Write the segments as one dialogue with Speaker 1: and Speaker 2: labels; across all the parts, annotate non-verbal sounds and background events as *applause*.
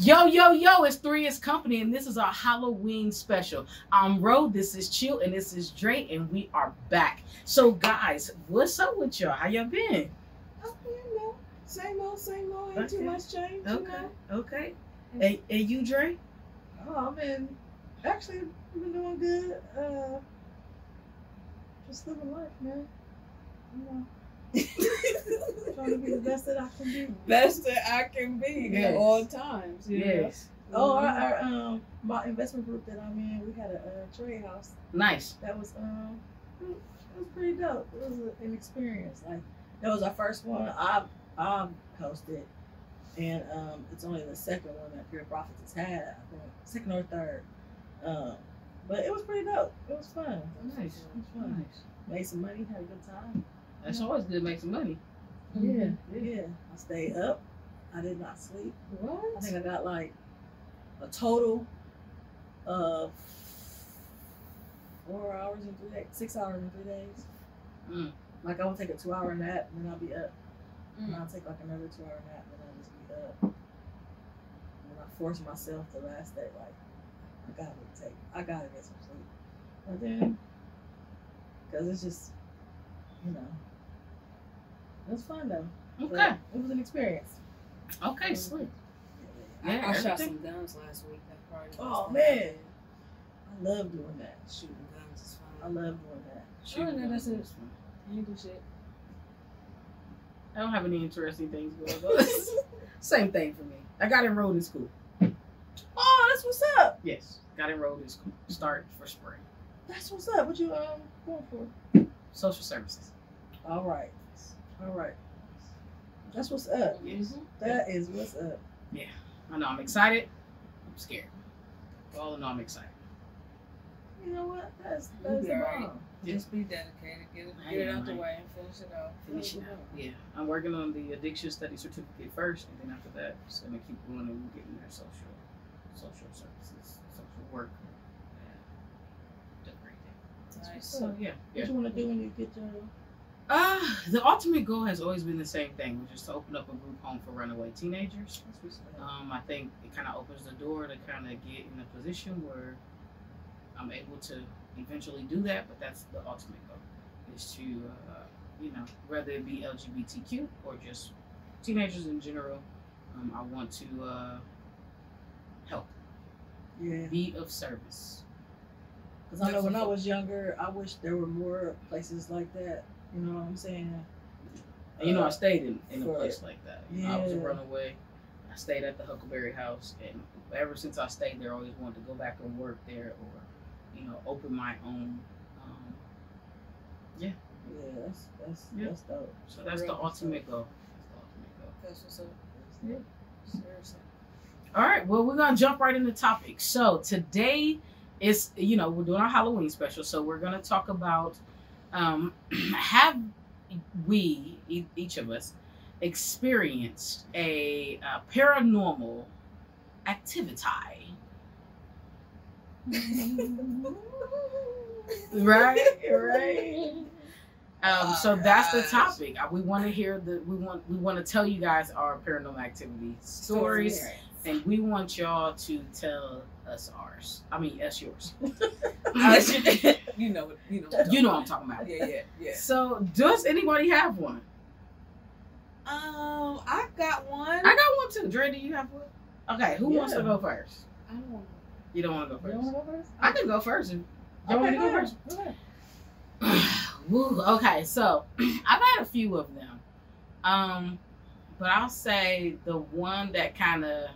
Speaker 1: Yo, yo, yo, it's 3 is Company, and this is our Halloween special. I'm Ro, this is Chill, and this is Dre, and we are back. So, guys, what's up with y'all? How y'all been?
Speaker 2: Oh, you know, same old, same old. Ain't too
Speaker 1: Okay.
Speaker 2: much change. you know.
Speaker 1: okay. And, and you, Dre?
Speaker 2: Oh, I've been actually I've been doing good. Uh, just living life, man. You
Speaker 3: *laughs*
Speaker 2: know, trying to be the best that I can be.
Speaker 3: best that I can be
Speaker 1: Yes.
Speaker 3: at all times. You
Speaker 1: Yes.
Speaker 3: Know?
Speaker 2: Oh, our, our
Speaker 1: Mm-hmm.
Speaker 2: um, my investment group that I'm in, we had a uh, trade house
Speaker 1: Nice.
Speaker 2: that was um, it was- it was pretty dope. It was an experience. Like that was our first one. I I hosted, and um, it's only the second one that Pure Profits has had. I think second or third. Um, but it was pretty dope. It was fun. It was
Speaker 1: Nice.
Speaker 2: It was fun. Made some money. Had a good time.
Speaker 1: That's always good to make some money.
Speaker 3: Mhm.
Speaker 2: Yeah. Yeah. I stayed up. I did not sleep. I
Speaker 3: What?
Speaker 2: think I got like a total of four hours and three days, six hours and three days.
Speaker 1: Mm.
Speaker 2: Like I will take a two hour nap and then I'll be up. And
Speaker 3: Mm.
Speaker 2: I'll take like another two hour nap and I'll just be up. And I force myself the last day, like, I gotta take, I gotta get some sleep. But then, cause it's just, you know, it was fun though. But
Speaker 1: Okay.
Speaker 2: It was an experience.
Speaker 1: Okay, slick.
Speaker 3: I,
Speaker 1: Yeah,
Speaker 3: I shot
Speaker 1: everything-
Speaker 3: some guns last week. That probably.
Speaker 2: Oh, man. I love doing that.
Speaker 3: Shooting guns is
Speaker 2: I
Speaker 3: fun.
Speaker 2: love doing that.
Speaker 3: Sure, no, that's it. You do shit.
Speaker 1: I don't have any interesting things going on. *laughs* Same thing for me. I got enrolled in school.
Speaker 2: Oh, that's what's up.
Speaker 1: Yes, got enrolled in school. Start for spring.
Speaker 2: That's what's up. What you um going for?
Speaker 1: Social services.
Speaker 2: All right, all right. That's what's up.
Speaker 1: Yes.
Speaker 2: That is what's up.
Speaker 1: I know I'm excited. I'm scared. You all in all, I'm excited.
Speaker 2: You know what? That's
Speaker 3: You
Speaker 2: that's
Speaker 3: be all right.
Speaker 2: bomb.
Speaker 3: Just be dedicated. Get it,
Speaker 1: I
Speaker 3: get it
Speaker 1: am,
Speaker 3: out the
Speaker 1: like-
Speaker 3: way and finish it off.
Speaker 1: Finish it out. Yeah, I'm working on the addiction study certificate first, and then after that, just gonna keep going and getting their social, social services, social work. uh, degree thing.
Speaker 3: Nice.
Speaker 1: So yeah, yeah.
Speaker 2: What you want to do when you get your?
Speaker 1: Uh, the ultimate goal has always been the same thing, which is to open up a group home for runaway teenagers.
Speaker 2: That's what's up.
Speaker 1: Um, I think it kind of opens the door to kind of get in a position where I'm able to eventually do that, but that's the ultimate goal is to, uh, you know, whether it be LGBTQ or just teenagers in general, um, I want to uh, help,
Speaker 2: Yeah,
Speaker 1: be of service.
Speaker 2: because I know when I was younger, I wish there were more places like that. You know what I'm saying?
Speaker 1: And you know, I stayed in, in a
Speaker 2: Uh, For-
Speaker 1: place like that. You know, I was a
Speaker 2: Yeah.
Speaker 1: runaway. I stayed at the Huckleberry House, and ever since I stayed there, I always wanted to go back and work there or, you know, open my own. Um,
Speaker 2: Yeah, that's that's
Speaker 1: Yeah.
Speaker 2: that's dope.
Speaker 1: so that's the
Speaker 3: Real.
Speaker 1: ultimate goal. That's the ultimate goal.
Speaker 3: That's what's up.
Speaker 1: Yeah.
Speaker 3: Seriously.
Speaker 1: All right, well, we're gonna jump right into topic. So today is, you know, we're doing our Halloween special, so we're gonna talk about um, *clears throat* have we, e- each of us, experienced a uh, paranormal activity?
Speaker 3: *laughs*
Speaker 1: *laughs* Right, right. Um, so
Speaker 3: Oh,
Speaker 1: that's the
Speaker 3: gosh.
Speaker 1: topic. Uh, We want to hear the we want we want to tell you guys our paranormal activity stories. and we want y'all to tell us ours. I mean, us
Speaker 2: *laughs*
Speaker 1: yours.
Speaker 3: Us your- You know. what- You know. what I'm
Speaker 1: you know what I'm
Speaker 3: talking
Speaker 1: talking about.
Speaker 3: about. Yeah. Yeah. Yeah.
Speaker 1: So, does anybody have one?
Speaker 3: Um, I got one.
Speaker 1: I got one too. Dre, do you have one? Okay, who wants to
Speaker 2: Yeah.
Speaker 1: go first?
Speaker 3: I don't want
Speaker 1: You don't want to go
Speaker 2: You
Speaker 1: first.
Speaker 2: don't want to go first?
Speaker 1: I can go first. If y'all want
Speaker 2: Okay,
Speaker 1: me to go
Speaker 2: go
Speaker 1: first?
Speaker 2: ahead. Go ahead.
Speaker 1: *sighs* Woo, okay, so *clears throat* I've had a few of them. Um, but I'll say the one that kind of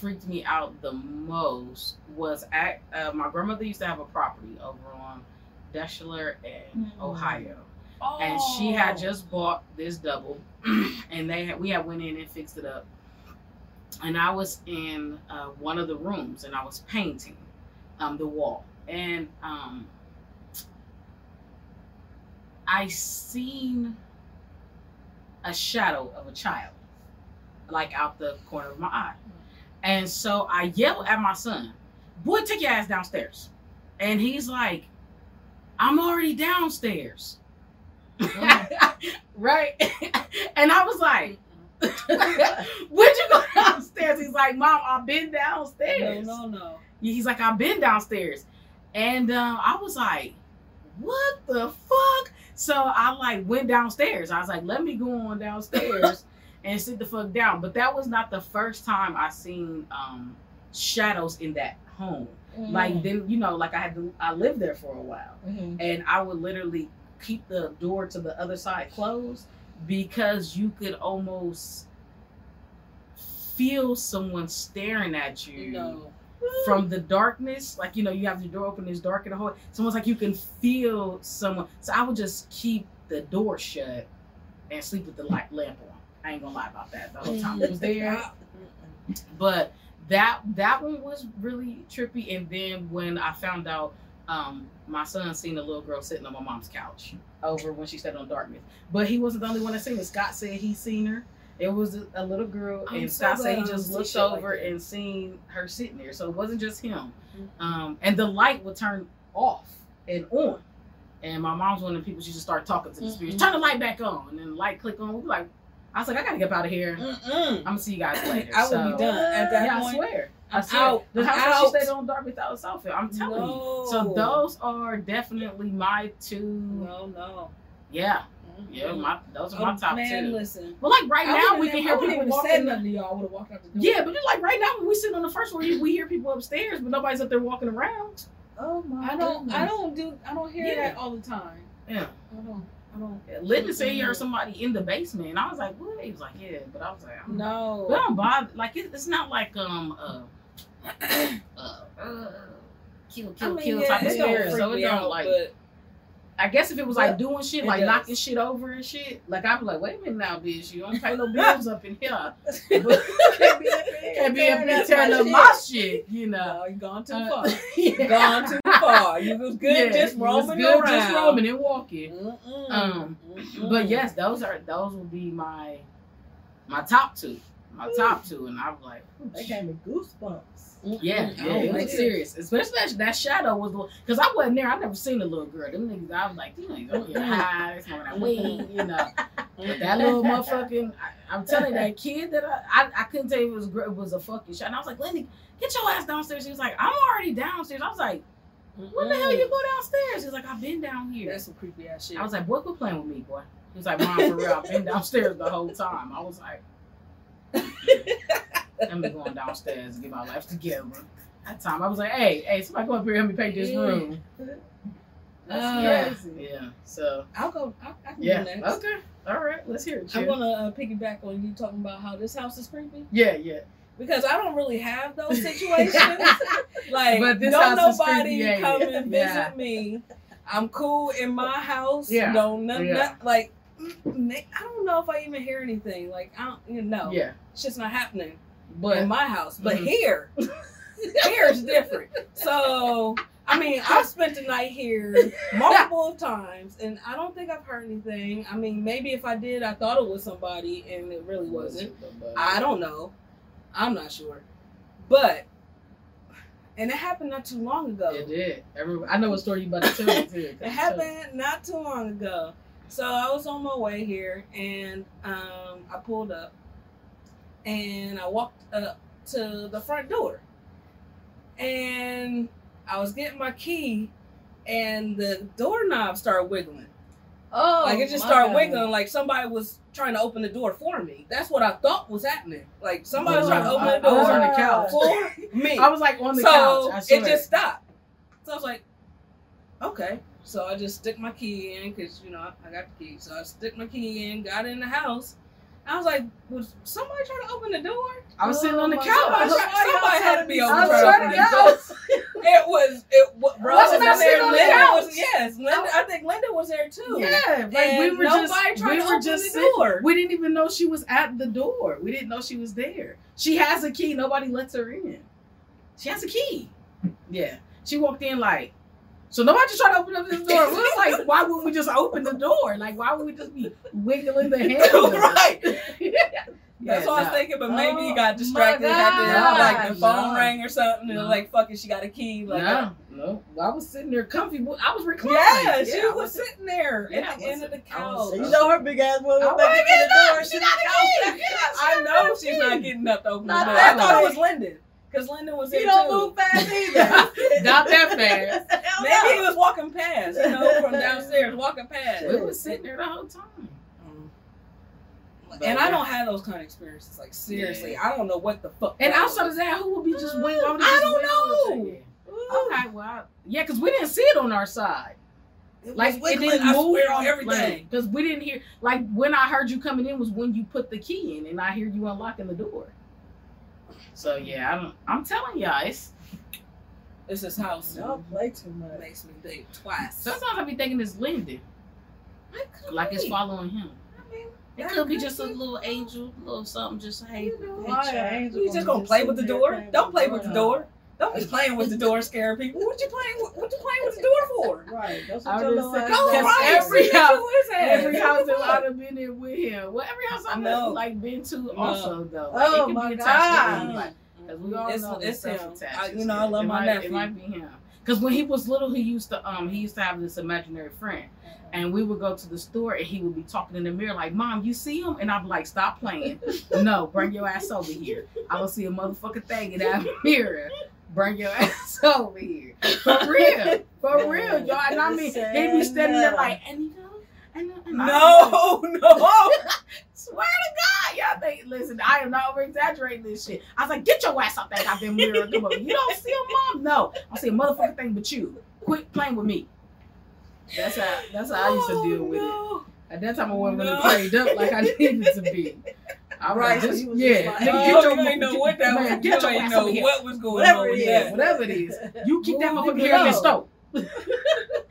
Speaker 1: freaked me out the most was at uh, my grandmother used to have a property over on Deschler and
Speaker 2: Mhm.
Speaker 1: Ohio,
Speaker 3: Oh.
Speaker 1: and she had
Speaker 3: *laughs*
Speaker 1: just bought this double, *clears throat* and they had, we had went in and fixed it up, and I was in uh, one of the rooms and I was painting um, the wall, and um, I seen a shadow of a child, like out the corner of my eye. And so I yell at my son, Boy, take your ass downstairs. And he's like, I'm already downstairs. right? *laughs* and I was like, *laughs*
Speaker 3: Mm-mm.
Speaker 1: Where'd you go downstairs? He's like, Mom, I've been
Speaker 3: No,
Speaker 1: downstairs.
Speaker 3: no, no.
Speaker 1: He's like, I've been downstairs. And um, I was like, what the fuck? So I like went downstairs. I was like, let me go on
Speaker 3: *laughs*
Speaker 1: downstairs and sit the fuck down. But that was not the first time I seen um, shadows in that home. Like then, you know, like I had to, I lived there for a while
Speaker 2: Mhm.
Speaker 1: and I would literally keep the door to the other side closed because you could almost feel someone staring at you
Speaker 3: No.
Speaker 1: from the darkness. Like you know, you have your door open, it's dark in the hallway. It's almost like you can feel someone. So I would just keep the door shut and sleep with the light lamp on. I ain't gonna lie about that the whole time I was *laughs* there but that that one was really trippy and then when i found out um my son seen a little girl sitting on my mom's couch over when she sat on darkness but he wasn't the only one that seen it scott said he seen her it was a- a little girl
Speaker 3: I'm
Speaker 1: and
Speaker 3: so
Speaker 1: scott
Speaker 3: glad
Speaker 1: said
Speaker 3: I
Speaker 1: he
Speaker 3: don't
Speaker 1: just
Speaker 3: see
Speaker 1: looked
Speaker 3: shit like
Speaker 1: over
Speaker 3: that.
Speaker 1: and seen her sitting there so it wasn't just him
Speaker 3: Mhm.
Speaker 1: um and the light would turn off and on and my mom's one of the people she just started talking to the spirits
Speaker 3: Mm-hmm.
Speaker 1: turn the light back on and then the light click on we like i was like i gotta get up out of here i'm
Speaker 3: Mm-mm.
Speaker 1: gonna see you
Speaker 3: *clears throat*
Speaker 1: guys later
Speaker 3: Mm-hmm. I would
Speaker 1: So-
Speaker 3: be done at that
Speaker 1: yeah, I
Speaker 3: point.
Speaker 1: swear. I
Speaker 3: I'm
Speaker 1: swear.
Speaker 3: out.
Speaker 1: The
Speaker 3: I'm
Speaker 1: house
Speaker 3: out.
Speaker 1: that she stayed on dark without its outfit. I'm telling you.
Speaker 3: no.
Speaker 1: So those are definitely my two.
Speaker 3: No, no.
Speaker 1: Yeah,
Speaker 3: Mm-mm.
Speaker 1: yeah. My those are
Speaker 3: Oh,
Speaker 1: my top
Speaker 3: man,
Speaker 1: two.
Speaker 3: listen.
Speaker 1: But like right
Speaker 3: I
Speaker 1: now,
Speaker 3: wouldn't
Speaker 1: we
Speaker 3: have-
Speaker 1: can hear
Speaker 3: I wouldn't
Speaker 1: people
Speaker 3: even said
Speaker 1: walking.
Speaker 3: nothing to y'all. I would have walked out the door.
Speaker 1: yeah, but then like right now, when we sit on the first floor, you- we hear people upstairs, but nobody's up there walking around.
Speaker 2: Oh my
Speaker 3: I don't. I
Speaker 2: goodness.
Speaker 3: don't do. I don't hear
Speaker 1: Yeah.
Speaker 3: that all the time.
Speaker 1: Yeah.
Speaker 3: I don't. I don't.
Speaker 1: Lyndon said he heard somebody in the basement, and I was like, "What?" He was like, "Yeah," but I was like, I'm
Speaker 3: No.
Speaker 1: But I'm bothered. Like it, it's not like um uh *coughs* uh, uh kill kill kill type of
Speaker 2: it don't
Speaker 1: scare.
Speaker 2: freak
Speaker 1: So it don't like. I guess if it was like doing shit,
Speaker 3: It
Speaker 1: like
Speaker 3: does.
Speaker 1: knocking shit over and shit, like I'd be like, wait a minute now, bitch, you don't pay
Speaker 3: *laughs*
Speaker 1: no bills up in here. *laughs* But
Speaker 2: Can't be up in
Speaker 1: can't be up
Speaker 2: tearing
Speaker 1: in tearing up my shit, you know.
Speaker 3: no, you gone too
Speaker 1: Uh,
Speaker 3: far.
Speaker 1: *laughs* Yeah.
Speaker 3: gone too far. You was good
Speaker 1: Yeah,
Speaker 3: just
Speaker 1: you was
Speaker 3: roaming
Speaker 1: good
Speaker 3: around.
Speaker 1: just roaming and walking.
Speaker 3: Mm-mm.
Speaker 1: Um,
Speaker 3: Mm-mm.
Speaker 1: But yes, those are those will be my my top two,
Speaker 3: Mm.
Speaker 1: my top two, and I'm like,
Speaker 2: They gave me goosebumps.
Speaker 3: Mm-mm.
Speaker 1: Yeah,
Speaker 3: I
Speaker 1: yeah,
Speaker 3: don't
Speaker 1: it
Speaker 3: like
Speaker 1: was
Speaker 3: it.
Speaker 1: serious. Especially that, that shadow was the one because I wasn't there. I never seen the little girl. Them niggas, I was like, these niggas over here high, they smoking that weed, you know. But that little motherfucking, I, I'm telling you, that kid that I, I, I couldn't tell you it was gr- it was a fucking shot. And I was like, Lenny, get your ass downstairs. She was like, I'm already downstairs. I was like, when the hell you go downstairs? She's like, I've been down here.
Speaker 3: That's some creepy ass shit.
Speaker 1: I was like, boy, quit playing with me, boy. He was like, mom, for real, I've been downstairs the whole time. I was
Speaker 3: *laughs*
Speaker 1: like, I'm going downstairs and get my life together. That time, I was like, hey, hey, somebody come up here and help me paint this room. uh,
Speaker 2: That's crazy.
Speaker 1: Yeah, so,
Speaker 3: I'll go. I, I can
Speaker 1: yeah.
Speaker 3: go Uh, next.
Speaker 1: Okay. All right, let's hear it.
Speaker 3: I
Speaker 1: Jen.
Speaker 3: want to uh, piggyback on you talking about how this house is creepy
Speaker 1: yeah, yeah.
Speaker 3: because I don't really have
Speaker 1: *laughs*
Speaker 3: those situations. Like,
Speaker 1: But this
Speaker 3: don't
Speaker 1: house is
Speaker 3: nobody
Speaker 1: creepy, ain't
Speaker 3: come
Speaker 1: it?
Speaker 3: and visit
Speaker 1: Yeah.
Speaker 3: me. I'm cool in my house.
Speaker 1: Yeah.
Speaker 3: Don't none,
Speaker 1: Yeah.
Speaker 3: none- like. mm, mm, I don't know if I even hear anything. Like I don't, you know,
Speaker 1: Yeah.
Speaker 3: it's just not happening in
Speaker 1: But,
Speaker 3: my house. But
Speaker 1: Mhm. *laughs*
Speaker 3: here, here is different. So I mean, I've spent the night here
Speaker 1: *laughs*
Speaker 3: multiple times, and I don't think I've heard anything. I mean, maybe if I did, I thought it was somebody, and it really wasn't. I don't know. I'm not sure. But and it happened not too long ago.
Speaker 1: It did. Every, I know what story you about to tell. too.
Speaker 3: *laughs* It happened not too long ago. So I was on my way here and um, I pulled up and I walked up to the front door. And I was getting my key and the doorknob started wiggling.
Speaker 2: Oh,
Speaker 3: like it just
Speaker 2: my
Speaker 3: started
Speaker 2: God.
Speaker 3: wiggling like somebody was trying to open the door for me. That's what I thought was happening. Like somebody was trying to open
Speaker 1: I,
Speaker 3: the
Speaker 1: I was on
Speaker 3: door
Speaker 1: the couch.
Speaker 3: for me.
Speaker 1: I was like on the
Speaker 3: so
Speaker 1: couch. I
Speaker 3: it
Speaker 1: swear.
Speaker 3: just stopped. So I was like, okay. So I just stick my key in because you know I- I got the key. So I stick my key in, got in the house. I was like, was somebody trying to open the door?
Speaker 1: I was sitting on the
Speaker 2: Oh, my
Speaker 1: couch.
Speaker 2: God.
Speaker 3: Somebody, somebody had to be
Speaker 1: I
Speaker 3: open
Speaker 1: was trying
Speaker 3: the
Speaker 1: to
Speaker 3: door.
Speaker 1: go.
Speaker 3: It was it was bro.
Speaker 1: Wasn't
Speaker 3: was
Speaker 1: I
Speaker 3: in
Speaker 1: sitting
Speaker 3: there,
Speaker 1: on the
Speaker 3: Linda
Speaker 1: couch? Oh.
Speaker 3: was- yes, Linda. I think Linda was there too.
Speaker 1: Yeah, like we
Speaker 3: And
Speaker 1: were
Speaker 3: nobody
Speaker 1: just
Speaker 3: tried
Speaker 1: we
Speaker 3: to
Speaker 1: were
Speaker 3: open
Speaker 1: just
Speaker 3: the
Speaker 1: sit-
Speaker 3: door.
Speaker 1: We didn't even know she was at the door. We didn't know she was there. She has a key. Nobody lets her in. She has a key. Yeah, she walked in like. So nobody just tried to open up this door. We was like, why wouldn't *laughs*
Speaker 3: *laughs*
Speaker 2: *laughs*
Speaker 1: we just open the door? Like, why would we just be wiggling the handle?
Speaker 3: right.
Speaker 1: Like,
Speaker 3: That's what I was
Speaker 2: No.
Speaker 3: thinking, but maybe
Speaker 2: Oh,
Speaker 3: he got
Speaker 1: my
Speaker 3: distracted. Got the,
Speaker 1: God.
Speaker 3: like the phone
Speaker 2: No.
Speaker 3: rang or something, and
Speaker 1: No.
Speaker 3: like, fuck it, she got a key. Like,
Speaker 1: no, no. I was sitting there comfy. I was reclining.
Speaker 3: yeah, she
Speaker 1: Yeah, I
Speaker 3: was sitting there
Speaker 1: Yeah, I
Speaker 3: at the end of the
Speaker 1: wasn't- I
Speaker 3: couch.
Speaker 1: wasn't-
Speaker 2: You know her big ass woman
Speaker 3: I
Speaker 2: back to
Speaker 3: wasn't
Speaker 2: the
Speaker 3: up.
Speaker 2: door. Oh She "Oh,
Speaker 3: She
Speaker 2: got
Speaker 3: got
Speaker 2: a key.
Speaker 3: I know she's not getting up to open the door.
Speaker 2: Not
Speaker 3: I
Speaker 1: that
Speaker 3: thought it
Speaker 2: way.
Speaker 3: was Lyndon, because Lyndon was
Speaker 2: She
Speaker 3: there
Speaker 2: don't
Speaker 3: too.
Speaker 2: move fast *laughs* either.
Speaker 1: Not
Speaker 3: *laughs*
Speaker 1: that fast.
Speaker 2: Hell
Speaker 3: Maybe
Speaker 2: no.
Speaker 3: he was walking past, you know, from downstairs, walking past.
Speaker 1: We was sitting there the whole time.
Speaker 3: And I don't have those kind of experiences. Like seriously, I don't know what the fuck.
Speaker 1: And
Speaker 3: that
Speaker 1: outside
Speaker 3: was.
Speaker 1: of that, who would be just waiting?
Speaker 3: I don't know.
Speaker 2: Ooh.
Speaker 1: Okay, well, I- Oh, yeah, because we didn't see it on our side.
Speaker 2: It
Speaker 1: Like
Speaker 2: was
Speaker 1: it
Speaker 2: wiggling,
Speaker 1: didn't
Speaker 2: I
Speaker 1: move
Speaker 2: swear on everything.
Speaker 1: because we didn't hear. Like when I heard you coming in was when you put the key in, and I hear you unlocking the door. So yeah, I'm I'm telling y'all, it's
Speaker 3: It's his house.
Speaker 2: Y'all play too much.
Speaker 3: It makes me think twice.
Speaker 1: sometimes I be thinking it's Lyndon, like it's following him.
Speaker 3: I mean,
Speaker 4: It
Speaker 3: that
Speaker 4: could be just a little angel, little something, just hey.
Speaker 3: You know,
Speaker 4: hey,
Speaker 2: Why an
Speaker 4: child.
Speaker 2: angel
Speaker 3: You just gonna
Speaker 2: be
Speaker 3: play with the
Speaker 2: sitting there
Speaker 3: door?
Speaker 2: playing
Speaker 3: Don't play with the door. Don't be
Speaker 2: Huh?
Speaker 3: playing with the door, scaring people. What you playing? With, what you playing with the door for?
Speaker 2: Right. That's
Speaker 1: I
Speaker 2: what your
Speaker 1: just
Speaker 2: little
Speaker 1: said-
Speaker 2: ass
Speaker 1: *laughs*
Speaker 3: Go
Speaker 1: That's
Speaker 2: does.
Speaker 3: right.
Speaker 1: every
Speaker 3: see
Speaker 1: house-
Speaker 3: Who is that?
Speaker 1: Every
Speaker 3: Who
Speaker 1: house
Speaker 3: the
Speaker 1: that
Speaker 3: fuck?
Speaker 1: I'd have been in with him. Well, every house
Speaker 3: I
Speaker 1: I've
Speaker 3: know.
Speaker 1: like been to
Speaker 3: No.
Speaker 1: also though. Like,
Speaker 2: Oh
Speaker 1: it can
Speaker 2: my
Speaker 1: be attached To
Speaker 2: god.
Speaker 1: anybody. Cause we all
Speaker 3: It's-
Speaker 1: know that
Speaker 3: it's
Speaker 1: stuff
Speaker 3: him.
Speaker 1: attaches.
Speaker 3: I- you know, I
Speaker 1: It
Speaker 3: love my
Speaker 1: might-
Speaker 3: nephew.
Speaker 1: It might be him. Cause when he was little, he used to um he used to have this imaginary friend, and we would go to the store, and he would be talking in the mirror like, "Mom, you see him?" And I'd be like, "Stop playing! no, bring your ass over here. I don't see a motherfucking thing in that *laughs* mirror. Bring your *laughs* ass over here, for real, for real, y'all." And I mean, he'd be standing there like, "And you know, and, you know," and I-
Speaker 3: No, no.
Speaker 1: Swear to God, y'all think. Listen, I am not over exaggerating this shit. I was like, get your ass out that goddamn mirror. Come over. You don't see a mom? No, I see a motherfucking thing but you. Quit playing with me. That's how. That's how I used to deal with it.
Speaker 3: Oh,
Speaker 1: At that time, I wasn't really
Speaker 3: No.
Speaker 1: prayed up like I *laughs* needed to be. I was
Speaker 2: Right, so
Speaker 1: just,
Speaker 2: you was just
Speaker 1: yeah.
Speaker 2: like,
Speaker 1: nigga,
Speaker 2: oh,
Speaker 1: get your,
Speaker 3: you ain't know what that
Speaker 1: man,
Speaker 3: was.
Speaker 1: Get
Speaker 3: You
Speaker 1: your
Speaker 3: ain't
Speaker 1: ass
Speaker 3: know
Speaker 1: over here.
Speaker 3: what was going
Speaker 2: Whatever
Speaker 3: on
Speaker 2: it
Speaker 3: with
Speaker 2: is.
Speaker 1: *laughs*
Speaker 3: that.
Speaker 1: Whatever it is. You keep that
Speaker 2: Move
Speaker 1: motherfucker
Speaker 2: the
Speaker 1: here at this
Speaker 2: globe.
Speaker 1: stove.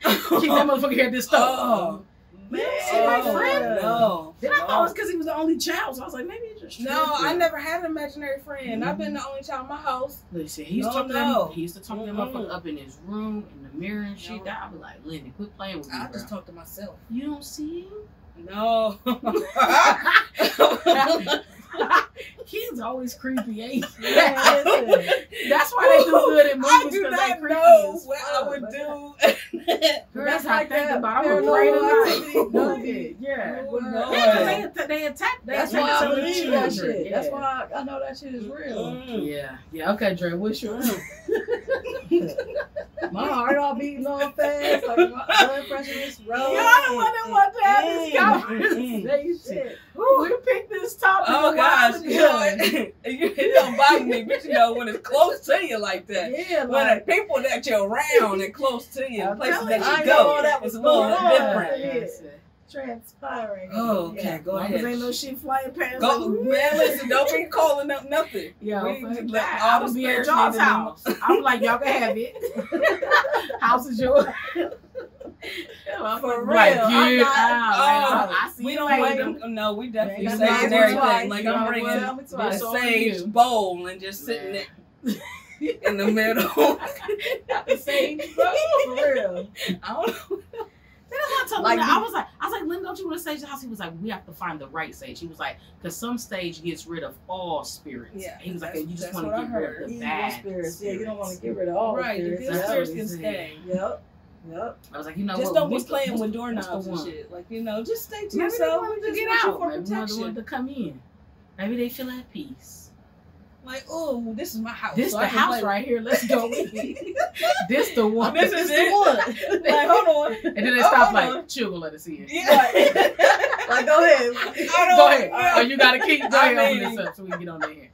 Speaker 1: Keep
Speaker 3: *laughs*
Speaker 1: *laughs* that motherfucker here at this stove.
Speaker 3: Oh,
Speaker 2: Man,
Speaker 1: See my
Speaker 3: oh,
Speaker 1: friend?
Speaker 3: No.
Speaker 1: Then I thought it was because he was the only child, so I was like, maybe it's just
Speaker 3: No,
Speaker 1: strictly.
Speaker 3: I never had an imaginary friend. I've been the only child in my house.
Speaker 1: Listen, he used
Speaker 3: No,
Speaker 1: to talk to
Speaker 3: no.
Speaker 1: them. He used to talk to them
Speaker 3: Mm-mm.
Speaker 1: motherfucker up in his room in the mirror and shit.
Speaker 3: No.
Speaker 1: That I'd be like, Lyndon, quit playing with me.
Speaker 3: I
Speaker 1: bro.
Speaker 3: just talk to myself.
Speaker 1: you don't see him. *laughs*
Speaker 3: No.
Speaker 1: Kids always creepy, ain't they?
Speaker 2: Yeah, listen.
Speaker 1: That's why they do good in movies.
Speaker 3: I do
Speaker 1: 'cause they
Speaker 3: not
Speaker 1: creepy
Speaker 3: know
Speaker 1: as
Speaker 3: what
Speaker 1: fuck.
Speaker 3: I would
Speaker 1: *laughs*
Speaker 3: *laughs* do.
Speaker 1: *laughs* Girl, that's
Speaker 2: That's
Speaker 1: how I
Speaker 2: like
Speaker 1: think
Speaker 2: that
Speaker 1: about. it. I'm
Speaker 2: paranormal
Speaker 1: afraid
Speaker 2: activity
Speaker 1: of life.
Speaker 2: movie.
Speaker 1: Yeah.
Speaker 2: Oh,
Speaker 1: Yeah,
Speaker 3: no.
Speaker 1: 'cause they, att- they attack. They
Speaker 2: That's
Speaker 1: attack
Speaker 2: why I
Speaker 1: some of the
Speaker 2: believe that
Speaker 1: children.
Speaker 2: shit. That's why I, I know that shit is real.
Speaker 1: Yeah.
Speaker 3: Mm.
Speaker 1: yeah. Yeah. Okay, Dre. What's *laughs* your?
Speaker 2: My heart all beating all fast, like my blood pressure is rolling.
Speaker 1: *laughs* Y'all the one that wanted to have this
Speaker 3: Mm.
Speaker 1: conversation. *laughs*
Speaker 2: Shit.
Speaker 1: We picked this topic.
Speaker 3: Oh
Speaker 1: a while *laughs*
Speaker 3: gosh, you know,
Speaker 1: ago.
Speaker 3: it, *laughs* it don't bother me, but you know when it's close to you like that,
Speaker 2: Yeah,
Speaker 3: when the
Speaker 2: like
Speaker 3: people that you're around and close to you,
Speaker 1: I'm
Speaker 3: places
Speaker 1: telling
Speaker 3: that
Speaker 1: you,
Speaker 3: you
Speaker 1: I know
Speaker 3: go,
Speaker 1: all
Speaker 2: that
Speaker 3: it's
Speaker 2: was
Speaker 3: a little
Speaker 2: going on.
Speaker 3: different.
Speaker 1: Yes.
Speaker 2: transpiring.
Speaker 3: Oh, okay, go
Speaker 1: Long
Speaker 3: ahead.
Speaker 1: as ain't no shit flying past.
Speaker 3: Go,
Speaker 1: like, *laughs*
Speaker 3: man, listen, don't be calling up nothing.
Speaker 1: Yo,
Speaker 3: We
Speaker 1: fuck
Speaker 3: just let
Speaker 1: that.
Speaker 3: all
Speaker 1: I
Speaker 3: the
Speaker 1: would be at
Speaker 3: spirits
Speaker 1: y'all's
Speaker 3: need to
Speaker 1: house. *laughs* I'm like, y'all can have it.
Speaker 3: *laughs*
Speaker 1: house is yours.
Speaker 3: For
Speaker 1: Like,
Speaker 3: real, I'm
Speaker 1: get out. Like,
Speaker 3: not-
Speaker 2: *laughs*
Speaker 3: oh,
Speaker 1: I- I see
Speaker 3: we
Speaker 1: you
Speaker 3: don't
Speaker 1: later.
Speaker 3: want them. No, we definitely
Speaker 2: Ain't
Speaker 1: got
Speaker 3: say
Speaker 1: nothing
Speaker 2: wrong with
Speaker 3: everything.
Speaker 2: twice.
Speaker 3: Like
Speaker 1: You know
Speaker 3: I'm
Speaker 1: what?
Speaker 3: bringing
Speaker 2: Tell me
Speaker 3: a
Speaker 1: This
Speaker 2: twice.
Speaker 1: all
Speaker 3: sage
Speaker 1: you.
Speaker 3: bowl and just sitting
Speaker 1: Man.
Speaker 3: it in the middle.
Speaker 1: *laughs* The same.
Speaker 3: *laughs*
Speaker 2: For real.
Speaker 3: I don't know.
Speaker 1: That's what I told
Speaker 2: Like
Speaker 1: him. I
Speaker 2: you-
Speaker 1: was like, I was like, Lynn, don't you want to stage the house? He was like, we have to find the right stage. He was like, because some stage gets rid of all spirits.
Speaker 3: Yeah,
Speaker 1: he was like,
Speaker 3: that's-
Speaker 1: and you just
Speaker 3: that's
Speaker 1: want to
Speaker 3: what I
Speaker 1: get rid
Speaker 3: heard.
Speaker 1: of the
Speaker 2: Evil
Speaker 1: bad
Speaker 2: spirits. Yeah, you don't want to
Speaker 1: spirits.
Speaker 2: get rid of all
Speaker 3: right, the
Speaker 2: spirits.
Speaker 3: good
Speaker 1: that's
Speaker 2: That's
Speaker 1: what
Speaker 3: spirits
Speaker 1: he
Speaker 3: can
Speaker 1: said.
Speaker 3: stay.
Speaker 2: Yep. Yep.
Speaker 1: I was like, you know
Speaker 3: just
Speaker 1: what?
Speaker 3: don't
Speaker 1: what's
Speaker 3: be
Speaker 1: the-
Speaker 3: playing
Speaker 1: what's
Speaker 3: with
Speaker 1: the- what's
Speaker 3: doorknobs
Speaker 1: the
Speaker 3: and
Speaker 1: one?
Speaker 3: shit. Like you know, just stay to
Speaker 1: Maybe they
Speaker 3: yourself.
Speaker 1: wanted to
Speaker 3: Just
Speaker 1: get
Speaker 3: want you
Speaker 1: out.
Speaker 3: for
Speaker 1: Maybe they wanted
Speaker 3: protection.
Speaker 1: to come in. Maybe they feel at peace.
Speaker 3: Like, oh, this is my house.
Speaker 1: This
Speaker 3: so I
Speaker 1: the
Speaker 3: can
Speaker 1: house
Speaker 3: play-
Speaker 1: right here. Let's go.
Speaker 3: *laughs*
Speaker 1: in. this the one.
Speaker 3: This is it. *laughs*
Speaker 2: One. Like, hold on.
Speaker 1: *laughs* and then they
Speaker 3: Oh,
Speaker 1: stop
Speaker 3: hold
Speaker 1: like, chill, let us in.
Speaker 3: Yeah. *laughs*
Speaker 2: Like, go ahead.
Speaker 3: I don't
Speaker 1: Go ahead.
Speaker 3: know.
Speaker 1: Oh, you gotta keep. Go
Speaker 3: *laughs* I
Speaker 1: ahead, open
Speaker 3: mean-
Speaker 1: this up so we can get on there.